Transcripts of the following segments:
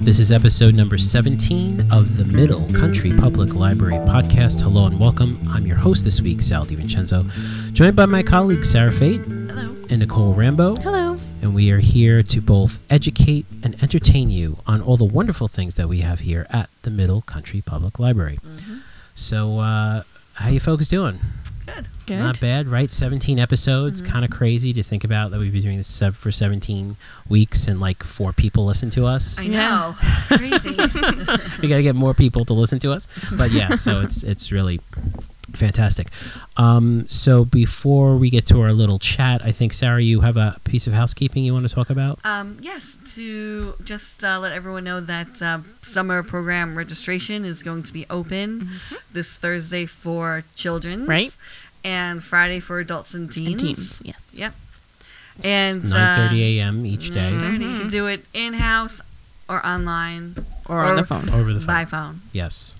This is episode number 17 of the Middle Country Public Library podcast. Hello and welcome. I'm your host this week, Sal DiVincenzo, joined by my colleagues Sarah Fate Hello. and Nicole Rambo. Hello. And we are here to both educate and entertain you on all the wonderful things that we have here at the Middle Country Public Library. So, uh, how you folks doing? Good. Not bad, right? 17 episodes. Kind of crazy to think about that we've been doing this sev- for 17 weeks and like four people listen to us. I I know. know. It's crazy. we got to get more people to listen to us. But yeah, so it's it's really fantastic. Um, so before we get to our little chat, I think Sarah, you have a piece of housekeeping you want to talk about. um, yes, to just uh, let everyone know that uh, summer program registration is going to be open this Thursday for children. Mm-hmm. Right. And Friday for adults and teens. And teens. Yes. Yep. And Nine thirty uh, Mm-hmm. a.m. each day 9:30. Mm-hmm. You can do it in house or online Or on Or- the phone. over the phone. by phone. Yes,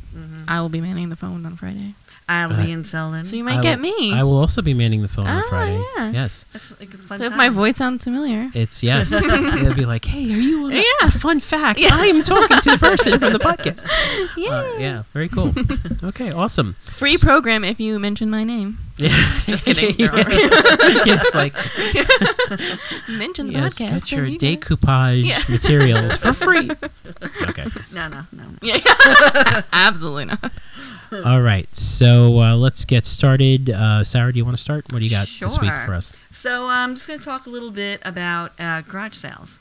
I will be manning the phone on Friday. I'll Uh, be in Selden. Mm-hmm. So you I might get will- me. I will also be manning the phone on Ah, Friday. yeah. Yes, That's like a fun so if time. my voice sounds familiar. it's yes. It'll be like, hey, are you? On Yeah. a Fun fact: I am talking to the person from the podcast. Uh, yeah, very cool. Okay, awesome. Free program if you mention my name. Yeah. Just kidding. yes, like Mention the yes, podcast. get your then you can- decoupage Yeah. materials for free. okay. No, no, no. no. Yeah. Absolutely not. All right. So uh, let's get started. Uh, Sarah, do you want to start? What do you got this week Sure. for us? So uh, I'm just going to talk a little bit about uh, garage sales.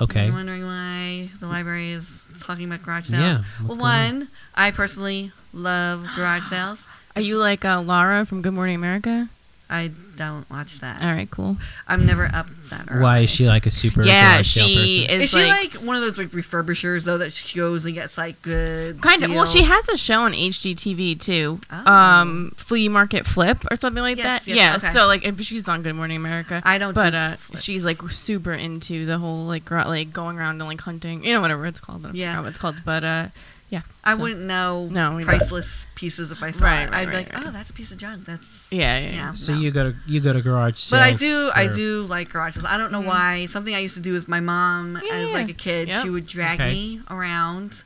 Okay. You're wondering why the library is talking about garage Yeah, sales. what's well, going one, I personally love garage sales. Are you like uh, Lara from Good Morning America? I don't watch that. All right, cool. I'm never up that early. Why is she like a super yeah, garage sale she person? is, Is she like like one of those like refurbishers though that she goes and gets like good Kind of. Well, she deals? has a show on HGTV too, Oh. um, flea market flip or something like Yes, that. yes, yeah. okay. So like, if she's on Good Morning America. I don't. but do uh, flips. she's like super into the whole like gra- like going around and like hunting, you know, whatever it's called. I don't Yeah. yeah, what it's called, but uh, yeah, I so- wouldn't know No, we don't. priceless pieces if I saw Right, it. right, I'd be right, like, right. oh, that's a piece of junk. That's yeah, yeah. yeah. yeah. So no. you go to you go to garage sales. But I do, I for- do like garage sales. I don't know why. It's something I used to do with my mom Yeah, as Mm. yeah. like a kid. Yep. She would drag Okay. me around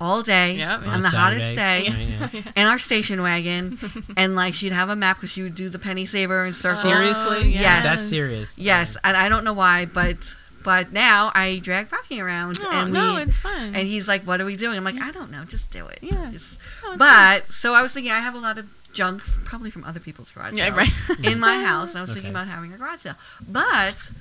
all day Yep, yeah. on On the hottest Saturday. Oh, day Yeah, yeah. in our station wagon, and like she'd have a map because she would do the penny saver and circle. Seriously? Oh, yes. That's serious. Yes, and I don't know why, but but now I drag Rocky around, No, and we, no, it's fun. and he's like, "What are we doing?" I'm like, "I don't know, just do it." Yeah. Just- No, it's fun. but so I was thinking, I have a lot of junk, probably from other people's garage yeah, sales right. in my house. and I was thinking Okay. about having a garage sale, but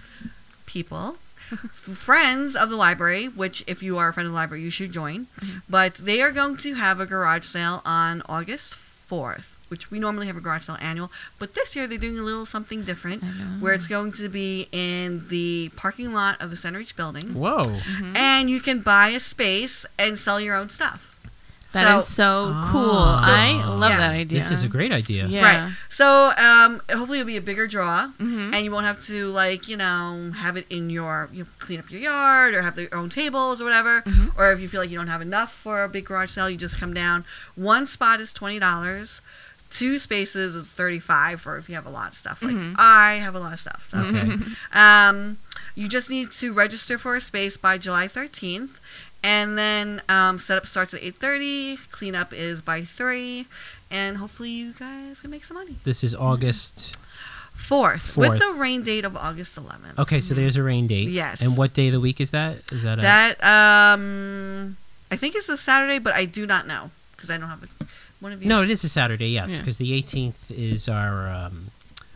people, f- friends of the library, which if you are a friend of the library, you should join. Mm-hmm. But they are going to have a garage sale on August fourth, which we normally have a garage sale annual, but this year they're doing a little something different, I know. where it's going to be in the parking lot of the Center Reach building, Whoa. Mm-hmm. and you can buy a space and sell your own stuff. That is so cool. I Oh. love Yeah. that idea. Ah. This is a great idea. Yeah. Right. So um, hopefully it'll be a bigger draw, Mhm. and you won't have to like you know have it in your you know, clean up your yard or have their own tables or whatever. Mhm. Or if you feel like you don't have enough for a big garage sale, you just come down. One spot is twenty dollars. Two spaces is thirty five for if you have a lot of stuff. Like Mhm. I have a lot of stuff. So. Okay. Um, you just need to register for a space by July 13th, and then um, setup starts at 8:30. Cleanup is by three, and hopefully you guys can make some money. This is August. Fourth, Fourth. with the rain date of August 11th. Okay, so there's a rain date. Yes. And what day of the week is that? Is that, That um, I think it's a Saturday, but I do not know because I don't have a, one of a you. No, it is a Saturday, yes, Yeah. because the 18th is our um,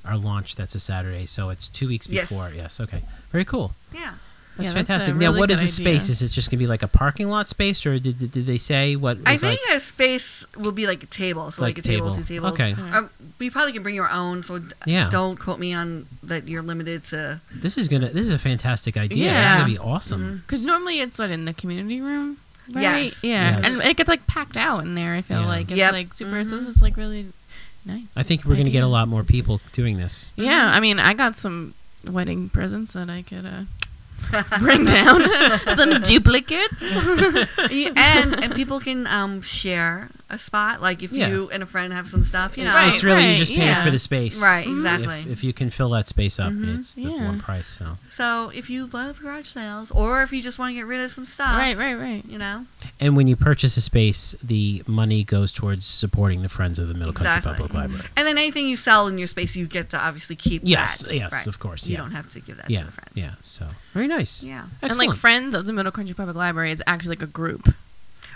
our launch. That's a Saturday, so it's 2 weeks Yes. before. Yes, okay. Very cool. yeah, That's Yeah, that's a fantastic. now, really what good is the space? idea. Is it just going to be like a parking lot space, or did, did, did they say what? I was think like, a space will be like a table, so like, Like a table, table. two tables. Okay. Yeah. Um, we probably can bring your own, so d- Yeah. don't quote me on that you're limited to. Mm-hmm. this is gonna. This is a fantastic idea. It's Yeah. Mm-hmm. gonna be awesome. Because normally it's what in the community room. Right? Yes. Yeah, Yes. and it gets like packed out in there. I feel Yeah. like it's Yep. like super. So Mhm. this is like really nice. I think we're gonna get idea. a lot more people doing this. Yeah, I mean, I got some wedding presents that I could uh, bring down some duplicates. You- and and people can um share a spot. Like if Yeah. you and a friend have some stuff, you know. Right, it's really you're right, just paying yeah. for the space. Right, If- exactly. If, you can fill that space up, Mhm. it's the Mm-hmm. Yeah. one price. So, so if you love garage sales, or if you just want to get rid of some stuff, Right, right, right. You know, and when you purchase a space, the money goes towards supporting the Friends of the Middle Exactly. Country Public Library. and then anything you sell in your space, you get to obviously keep. Yes, that. yes, Right. of course, You yeah. don't have to give that Yeah, to the friends. yeah. So very nice. Yeah. Excellent. And like friends of the Middle Country Public Library is actually like a group.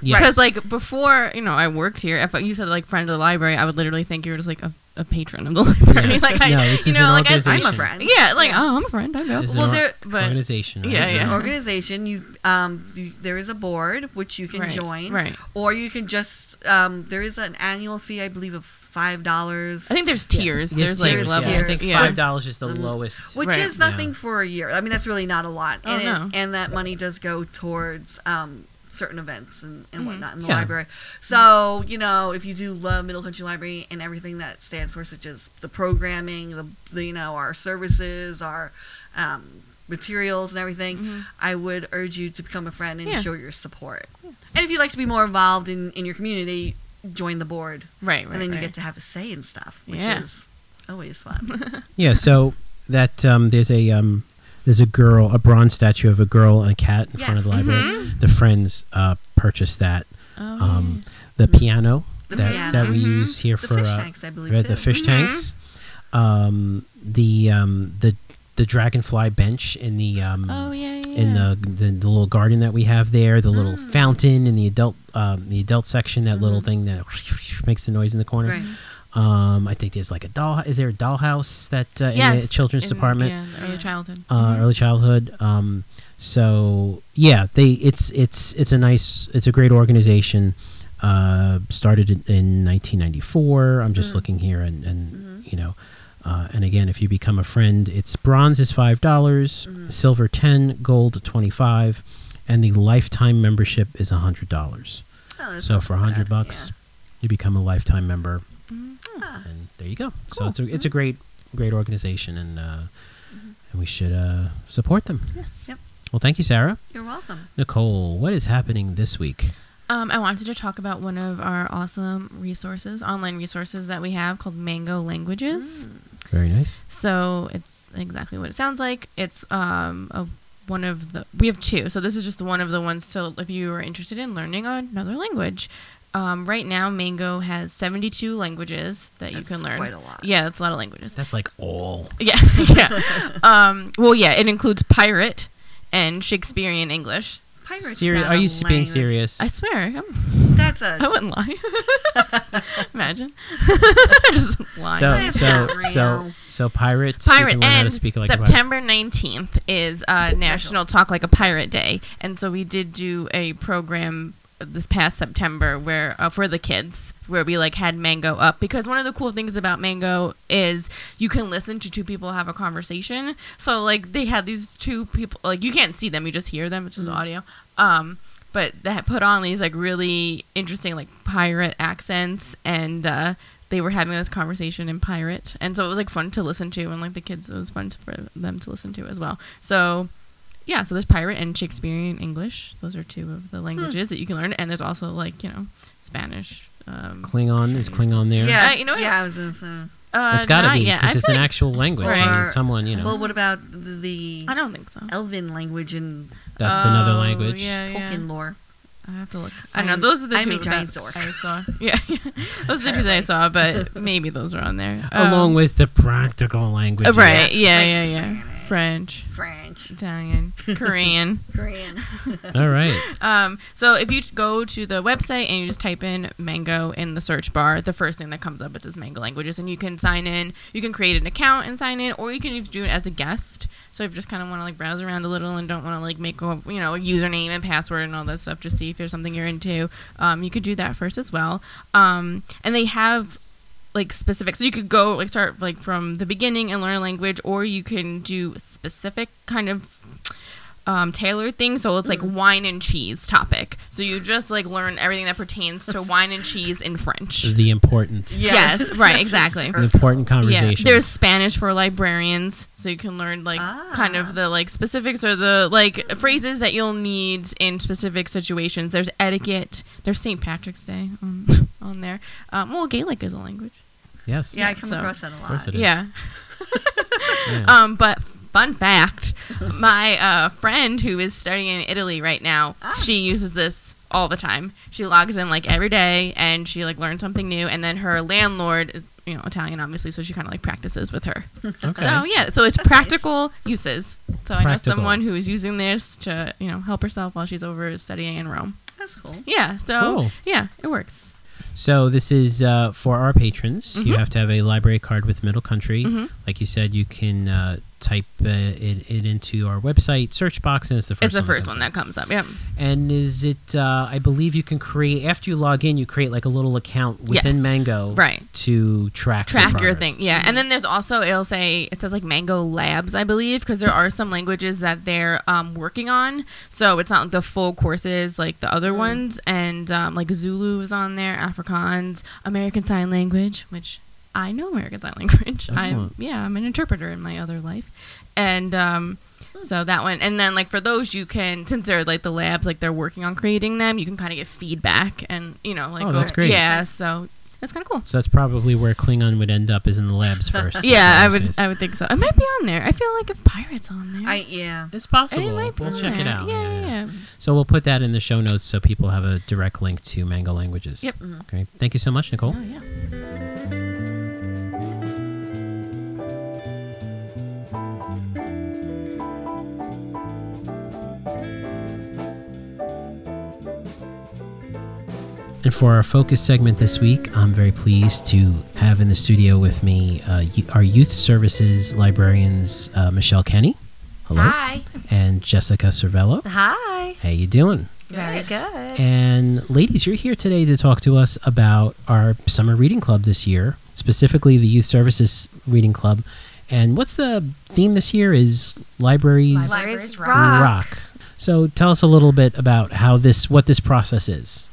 Yes. Because like before, you know, I worked here. If you said like friend of the library, I would literally think you were just like a, a patron of the library. Yes. Like I, No, this you is know, an like I, organization. I'm a friend. yeah, like Yeah. oh, I'm a friend. I know. This is Well, an or- there- but- organization. right? Yeah, It's So- an yeah. organization. You um, you, there is a board which you can Right, join, right. Or you can just um, there is an annual fee, I believe, of five dollars. I think there's Yeah. tiers. Yes, There's, tiers, like yeah. levels. I think yeah. Mm-hmm. five dollars is the Mhm. lowest. which Right. is Yeah. nothing for a year. I mean, that's really not a lot, Oh, and, it- no. and that money does go towards um, certain events and, and Mhm. whatnot in the Yeah. library. So you know, if you do love Middle Country Library and everything that it stands for, such as the programming, the, the you know our services, our um, materials and everything, Mhm. I would urge you to become a friend and Yeah. show your support. And if you'd like to be more involved in in your community, join the board, Right, right. and then you right. get to have a say in stuff, which Yeah. is always fun. Yeah, so that um, there's a um, there's a girl, a bronze statue of a girl and a cat in front of the Yes. library. Mm-hmm. The friends uh, purchased that. Oh, Um, the piano The that, piano. that we Mhm. use here the for fish uh, tanks, I believe. right, too. the fish Mhm. tanks. Um, the um, the the dragonfly bench in the um, yeah. oh yeah, yeah. Mm. in the, the the little garden that we have there, the little fountain in the adult um, the adult section, that little thing Mm-hmm. that makes the noise in the corner. Right. Um, I think there's like a doll. Is there a dollhouse that uh, in the Yes, children's in- department? Yeah, early childhood. Mm-hmm. uh, early childhood. Um, so yeah, they it's it's it's a nice it's a great organization. Uh, started in, in 1994. I'm just looking here and and you know. Uh, and again, if you become a friend, it's bronze is five dollars, silver ten, gold twenty five, and the lifetime membership is hundred dollars. Oh, that's So not for bad, hundred bucks, you become a lifetime member, Mm-hmm. yeah. Ah, and there you go. So it's a it's a great great organization, and uh, Mm-hmm. and we should uh, support them. Yes. Yep. Well, thank you, Sarah. you're welcome. Nicole, what is happening this week? Um, I wanted to talk about one of our awesome resources, online resources that we have called Mango Languages. Mm. Very nice. So it's exactly what it sounds like. It's um, a, one of the we have two. So this is just one of the ones. So if you are interested in learning another language, um, right now Mango has seventy two languages that That's you can learn. quite a lot. Yeah, that's a lot of languages. That's like all. Yeah, yeah. um, well, yeah, it includes pirate and Shakespearean English. Pirates. Serious? not Are a you s- being language. serious? I swear, I'm That's I a. wouldn't lie. Imagine. Just lying. So, It's so, not so, real. so, pirates. you pirate can learn how to and speak like a pirate. September 19th is uh, National Talk Like a Pirate Day. And so we did do a program this past September where uh, for the kids where we like had Mango up because one of the cool things about Mango is you can listen to two people have a conversation. So like they had these two people like you can't see them, you just hear them, it's just audio. Um but they had put on these like really interesting like pirate accents and uh they were having this conversation in pirate and so it was like fun to listen to and like the kids it was fun to, for them to listen to as well so yeah so there's pirate and shakespearean english those are two of Hmm. the languages that you can learn and there's also like you know spanish um Klingon is Klingon there. Yeah, Uh, you know what? Yeah, I was gonna say. uh, it's got to not be yet. because I it's feel an like- actual language. I mean, Right. someone you know. Well, what about the i don't think so Elven language and that's another Oh, language. yeah, yeah. Tolkien lore? I have to look. I don't I'm- know. Those are the I'm two a giant that dork. I saw. Yeah, yeah. those are the two that I saw, but maybe those are on there. Along Um, with the practical languages. right? Yeah, Like yeah, yeah. French, French, Italian, Korean. Korean. All right. Um, so if you go to the website and you just type in mango in the search bar, the first thing that comes up it says mango languages, and you can sign in. You can create an account and sign in, or you can just do it as a guest. So if you just kind of want to like browse around a little and don't want to like make a you know a username and password and all that stuff, just see if there's something you're into. Um, you could do that first as well. Um, and they have like specific so you could go like start like from the beginning and learn a language or you can do specific kind of um, tailored thing. So it's like wine and cheese topic. So you just like learn everything that pertains to wine and cheese in French. The important, Yes, right, exactly. the important Yeah, conversation. there's Spanish for librarians, so you can learn like kind Ah. of the like specifics or the like phrases that you'll need in specific situations. There's etiquette. There's St. Patrick's Day on, on there. Um, well, Gaelic is a language. yes. Yeah, I come So- across that a course lot. it is. Yeah. Yeah. Um, but fun fact, my uh, friend who is studying in Italy right now, Ah. she uses this all the time. She logs in like every day and she like learns something new. And then her landlord is you know Italian obviously, so she kind of like practices with her. okay. So yeah, so it's That's nice. practical uses. So I know Practical. someone who is using this to you know help herself while she's over studying in Rome. That's cool. Yeah. So Cool. yeah, it works. So this is uh, for our patrons. You Mhm. have to have a library card with Middle Country. Mhm. Like you said, you can uh, type uh, it, it into our website search box, and it's the first. it's the first comes one up. that comes up. Yeah. And is it? Uh, I believe you can create after you log in. You create like a little account within Yes. Mango, Right. To track Mm-hmm. track your progress. thing yeah and then there's also it'll say it says like mango labs i believe because there are some languages that they're um, working on so it's not the full courses like the Mm. other ones and um, like zulu is on there afrikaans american sign language which i know american sign language i'm Excellent. yeah i'm an interpreter in my other life and um, Hmm. so that one and then like for those you can since they're like the labs like they're working on creating them you can kind of get feedback and you know like Oh, go- that's great. yeah so that's kind of cool So that's probably where Klingon would end up, is in the labs first. yeah, I would. Says. I would think so. It might be on there. I feel like if pirates on there, I yeah. it's possible. it might be we'll on check it there. out. Yeah, yeah. yeah. So we'll put that in the show notes so people have a direct link to Mango Languages. Yep. Great. Thank you so much, Nicole. Oh yeah. And for our focus segment this week, I'm very pleased to have in the studio with me uh, y- our youth services librarians, uh, Michelle Kenny. Hello. Hi. And Jessica Cervello. Hi. How you doing? Very good. And ladies, you're here today to talk to us about our summer reading club this year, specifically the Youth Services Reading Club. And what's the theme this year is libraries Libraries Libraries rock. rock. rock. So tell us a little bit about how this what this process is.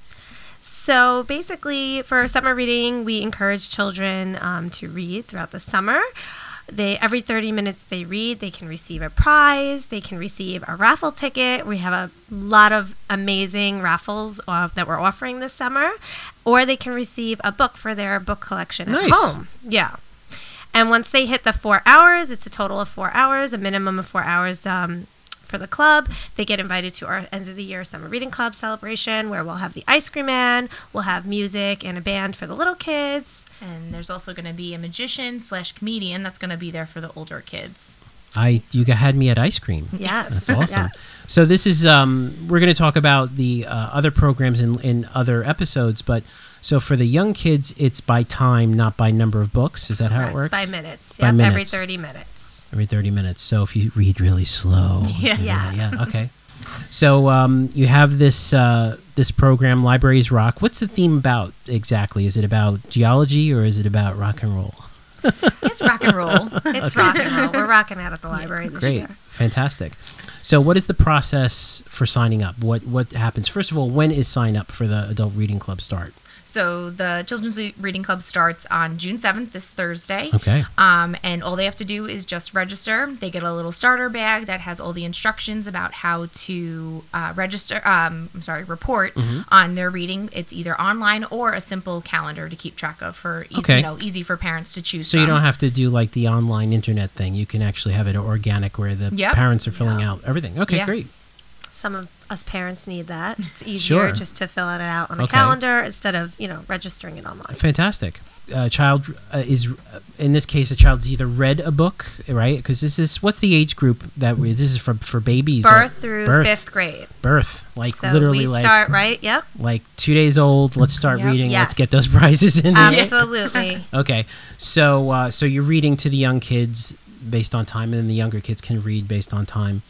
So basically, for summer reading, we encourage children um, to read throughout the summer. They every 30 minutes they read, they can receive a prize, they can receive a raffle ticket. We have a lot of amazing raffles uh, that we're offering this summer, or they can receive a book for their book collection at Nice. home. Yeah. And once they hit the four hours, it's a total of four hours, a minimum of four hours um, for the club. They get invited to our end of the year summer reading club celebration where we'll have the ice cream man, we'll have music and a band for the little kids. And there's also going to be a magician slash comedian that's going to be there for the older kids. I you had me at ice cream. Yes. That's awesome. Yes. So this is um, we're going to talk about the uh, other programs in in other episodes, but so for the young kids, it's by time, not by number of books. Is that how it Correct. works? By minutes. By yep, every minutes. 30 minutes. every 30 minutes. So if you read really slow, Yeah. yeah, yeah, okay. So um, you have this uh, this program, Libraries Rock. What's the theme about exactly? Is it about geology or is it about rock and roll? It's rock and roll. It's rock and roll. We're rocking out at the library this Great, year. fantastic. So what is the process for signing up? What what happens? First of all, when is sign up for the adult reading club start? So the Children's Le- Reading Club starts on June 7th, this Thursday. Okay. Um, and all they have to do is just register. They get a little starter bag that has all the instructions about how to uh, register, um, I'm sorry, report Mm-hmm. on their reading. It's either online or a simple calendar to keep track of for, easy, Okay. you know, easy for parents to choose So you from. don't have to do like the online internet thing. You can actually have it organic where the Yep. parents are filling out everything. Okay, Yeah. great. Some of us parents need that. It's easier Sure. just to fill it out on a Okay. calendar instead of, you know, registering it online. Fantastic. A child uh, is, in this case, a child's either read a book, right? Because this is what's the age group that we, this is for for babies. Birth like- through birth, fifth grade. Birth, like so literally, we like start right. Yep. like two days old. Let's start Yep. reading. Let's Yes. Um, get those prizes in. there. Absolutely. Okay, so uh, so you're reading to the young kids based on time, and then the younger kids can read based on time.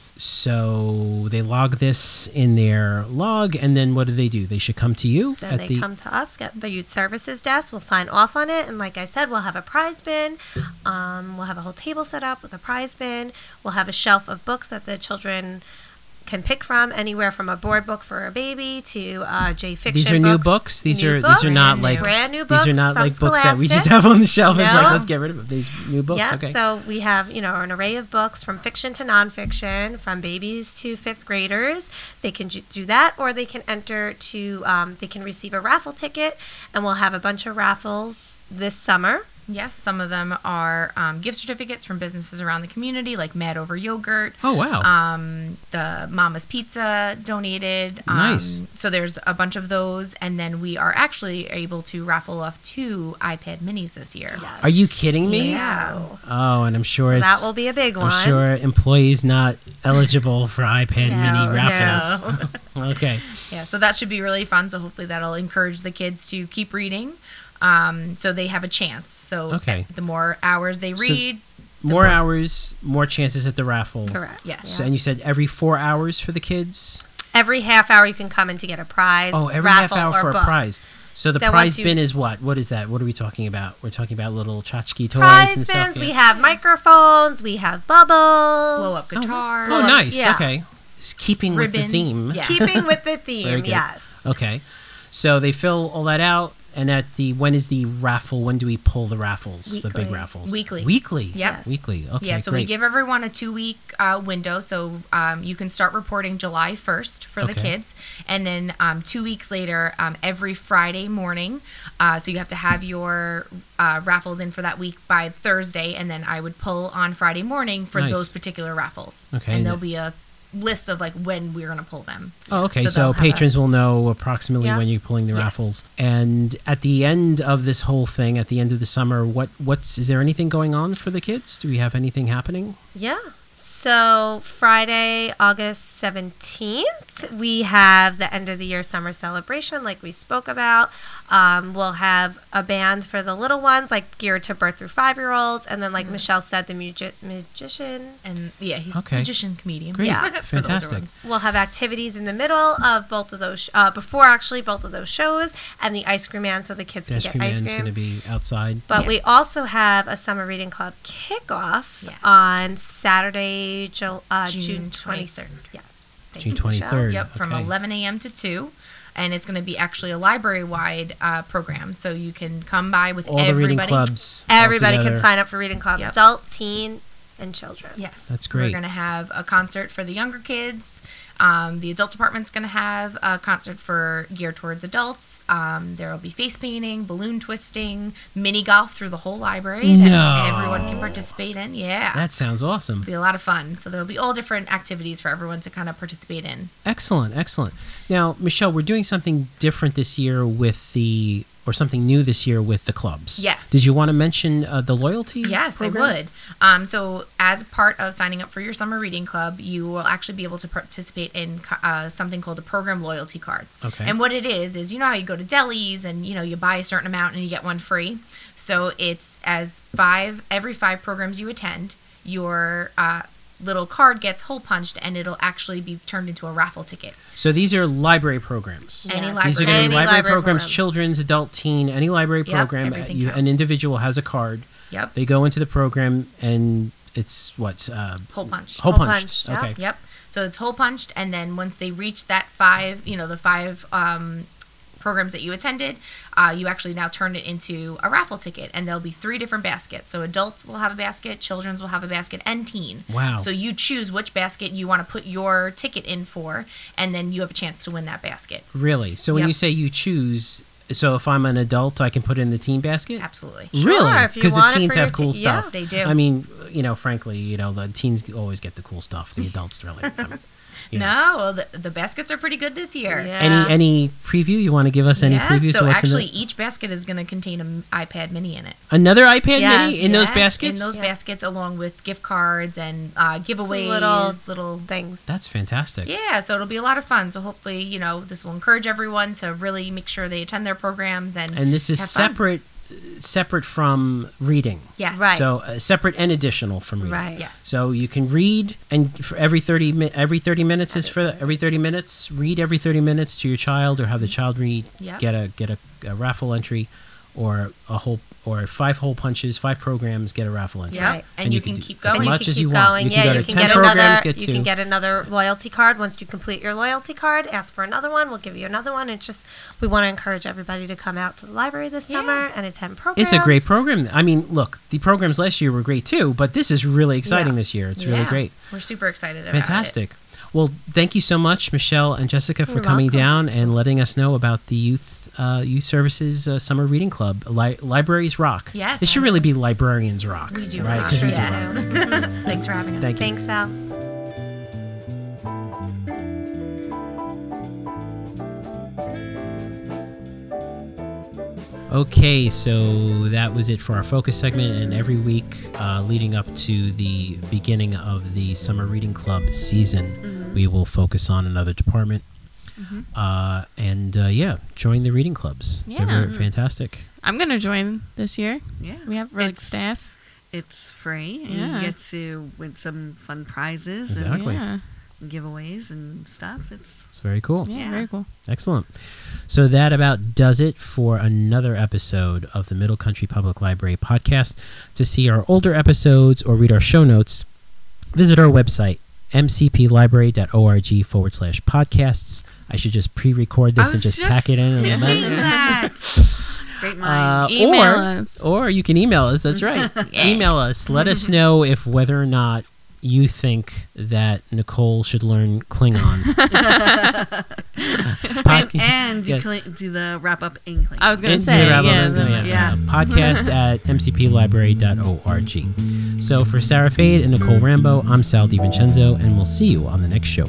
So they log this in their log, and then what do they do? They should come to you Then they the come to us at the youth services desk. We'll sign off on it, and like I said, we'll have a prize bin. Um, we'll have a whole table set up with a prize bin. We'll have a shelf of books that the children can pick from anywhere from a board book for a baby to uh, J fiction. These are new books. These are these are not books. like brand new books. these are not from like books that we just Scholastic. have on the shelf. It's like No. let's get rid of these new books. Yeah, okay. so we have you know an array of books from fiction to nonfiction, from babies to fifth graders. They can ju- do that, or they can enter to um, they can receive a raffle ticket, and we'll have a bunch of raffles this summer. Yes, some of them are um, gift certificates from businesses around the community, like Mad Over Yogurt. oh wow. uh, Um, the Mama's Pizza donated. Um, Nice. So there's a bunch of those, and then we are actually able to raffle off two iPad Minis this year. are you kidding me? Yeah. Oh, and I'm sure So it's that will be a big one. I'm sure employees not eligible for iPad No, mini raffles. okay. Yeah, so that should be really fun. So hopefully that'll encourage the kids to keep reading, um, so they have a chance. So Okay. the more hours they read, More hours, more chances at the raffle. Correct. Yes. So, and you said every four hours for the kids? Every half hour you can come in to get a prize. Oh, every half raffle hour or for book. a prize. So the Then prize once you- bin is what? What is that? What are we talking about? We're talking about little tchotchke toys and Prize stuff. bins. We yeah. have microphones. We have bubbles. blow up guitars. Oh, nice. yeah. Okay. It's keeping with the Ribbons, theme. yeah. Keeping with the Very theme. good. Yes. Okay. So they fill all that out, and at the when is the raffle? When do we pull the raffles? The big Weekly. raffles. Weekly. Weekly. Yes. Weekly. Okay. yeah, so great. we give everyone a two week uh, window. So um, you can start reporting July 1st for the Okay. kids. And then um, two weeks later, um, every Friday morning. Uh, so you have to have your uh, raffles in for that week by Thursday. And then I would pull on Friday morning for Nice. those particular raffles. Okay, And and there'll the- be a list of like when we're going to pull them. Oh, okay. So So, they'll have a- patrons will know approximately Yeah. when you're pulling the Yes. raffles. And at the end of this whole thing, at the end of the summer, what what's is there anything going on for the kids? Do we have anything happening? Yeah. So Friday, August 17th, we have the end of the year summer celebration, like we spoke about. Um, we'll have a band for the little ones, like geared to birth through five year olds. And then, like Mm-hmm. Michelle said, the magi- magician. And yeah, he's Okay. a magician comedian. Great. Yeah. for the older Fantastic. ones. We'll have activities in the middle of both of those, uh, before actually both of those shows, and the ice cream man, so the kids The can ice get cream ice man's going to cream. be outside. But Yeah. we also have a summer reading club kickoff Yes. on Saturday, Jul- uh, June June 23rd. 23rd. Yeah. Thank June you, Michelle. 23rd. Yep, from Okay. 11 a.m. to 2. And it's going to be actually a library wide uh, program. So you can come by with All everybody. the reading clubs. all Everybody can together. sign up for reading club, Yep. adult, teen, and children. Yes. That's We're great. going to have a concert for the younger kids. Um, the adult department's going to have a concert for geared towards adults. Um, there will be face painting, balloon twisting, mini golf through the whole library that No. everyone can participate in. Yeah. That sounds awesome. It'll be a lot of fun. So there'll be all different activities for everyone to kind of participate in. Excellent, excellent. Now, Michelle, we're doing something different this year with the, or something new this year with the clubs. Yes. Did you want to mention uh, the loyalty? Yes, program? I would. Um, so, as part of signing up for your summer reading club, you will actually be able to participate in co- uh, something called a program loyalty card. Okay. And what it is is, you know how you go to delis and you know you buy a certain amount and you get one free. So it's as five every five programs you attend, your uh, little card gets hole punched and it'll actually be turned into a raffle ticket. So these are library programs. Any Yes. library. These are going to Any be library, library programs, program. children's, adult, teen, any library Yep, program. uh, everything you, an counts. individual has a card. Yep. They go into the program and it's what? Uh, Hole punched. hole Hole punched. punched, yeah. Okay. Yep. So it's hole punched, and then once they reach that five, you know, the five um, programs that you attended, uh, you actually now turn it into a raffle ticket, and there'll be three different baskets. So adults will have a basket, children's will have a basket, and teen. Wow. So you choose which basket you want to put your ticket in for, and then you have a chance to win that basket. Really? So when Yep. you say you choose, so if I'm an adult, I can put it in the teen basket? Absolutely. Sure, Really? if you Because the want it teens for your have cool te- yeah, stuff. they do. I mean, you know, frankly, you know, the teens always get the cool stuff. The adults really. I mean, you know. No, well, the, the baskets are pretty good this year. Yeah. Any any preview you want to give us? Any Yes, previews? of so what's in the- actually, each basket is going to contain an iPad Mini in it. another iPad Mini Yes, in those Yes, baskets. In those Yeah. baskets, along with gift cards and uh, little- giveaways, little, little Things. That's fantastic. Yeah, so it'll be a lot of fun. So hopefully, you know, this will encourage everyone to really make sure they attend their programs and And this is have fun. separate, separate from reading. Yes, Right. So uh, separate and additional from reading. Right. Yes. So you can read, and for every thirty mi- every thirty minutes is for every thirty minutes. Read every thirty minutes to your child, or have the child read. Yep. Get a get a, a raffle entry, or a whole or five hole punches, five programs get a raffle entry. Yeah. Right. And you can do keep as going. And much you can as keep you want. going. You can yeah, go to you can 10 get programs, another. get you two. can get another loyalty card. Once you complete your loyalty card, ask for another one. We'll give you another one. It's just we want to encourage everybody to come out to the library this Yeah. summer and attend programs. It's a great program. I mean, look, the programs last year were great too, but this is really exciting Yeah. this year. It's really Yeah. great. We're super excited about it. Fantastic. Well, thank you so much, Michelle and Jessica, for You're coming welcome. down and letting us know about the youth uh, youth services uh, summer reading club. Li- libraries rock. Yes. it should really be librarians rock. We do right? rock. 'Cause we do Yes. rock. Thanks for having us. Thank you. Thanks, Al. Okay, so that was it for our focus segment, and every week uh, leading up to the beginning of the summer reading club season, Mm-hmm. we will focus on another department. Uh, and uh, yeah, join the reading clubs. Yeah. They're very fantastic. I'm gonna join this year. Yeah. We have really good It's- staff. It's free. And Yeah. You get to win some fun prizes Exactly. Yeah. and giveaways and stuff. It's It's very cool. yeah, Yeah. very cool. Excellent. So that about does it for another episode of the Middle Country Public Library podcast. To see our older episodes or read our show notes, visit our website, mcplibrary.org forward slash podcasts. I should just pre record I this and was just, just tack it in. And Thinking then, that. Great uh, minds. Email or, us. or you can email us. That's right. Yeah. Email us. Let us know if whether or not you think that Nicole should learn Klingon. Pod- and do, yeah. cli- do the wrap up in Klingon. I was gonna And say Dear Abba, yeah. no, the- yes, yeah. uh, podcast at mcplibrary.org. So for Sarah Fade and Nicole Rambo, I'm Sal DiVincenzo, and we'll see you on the next show.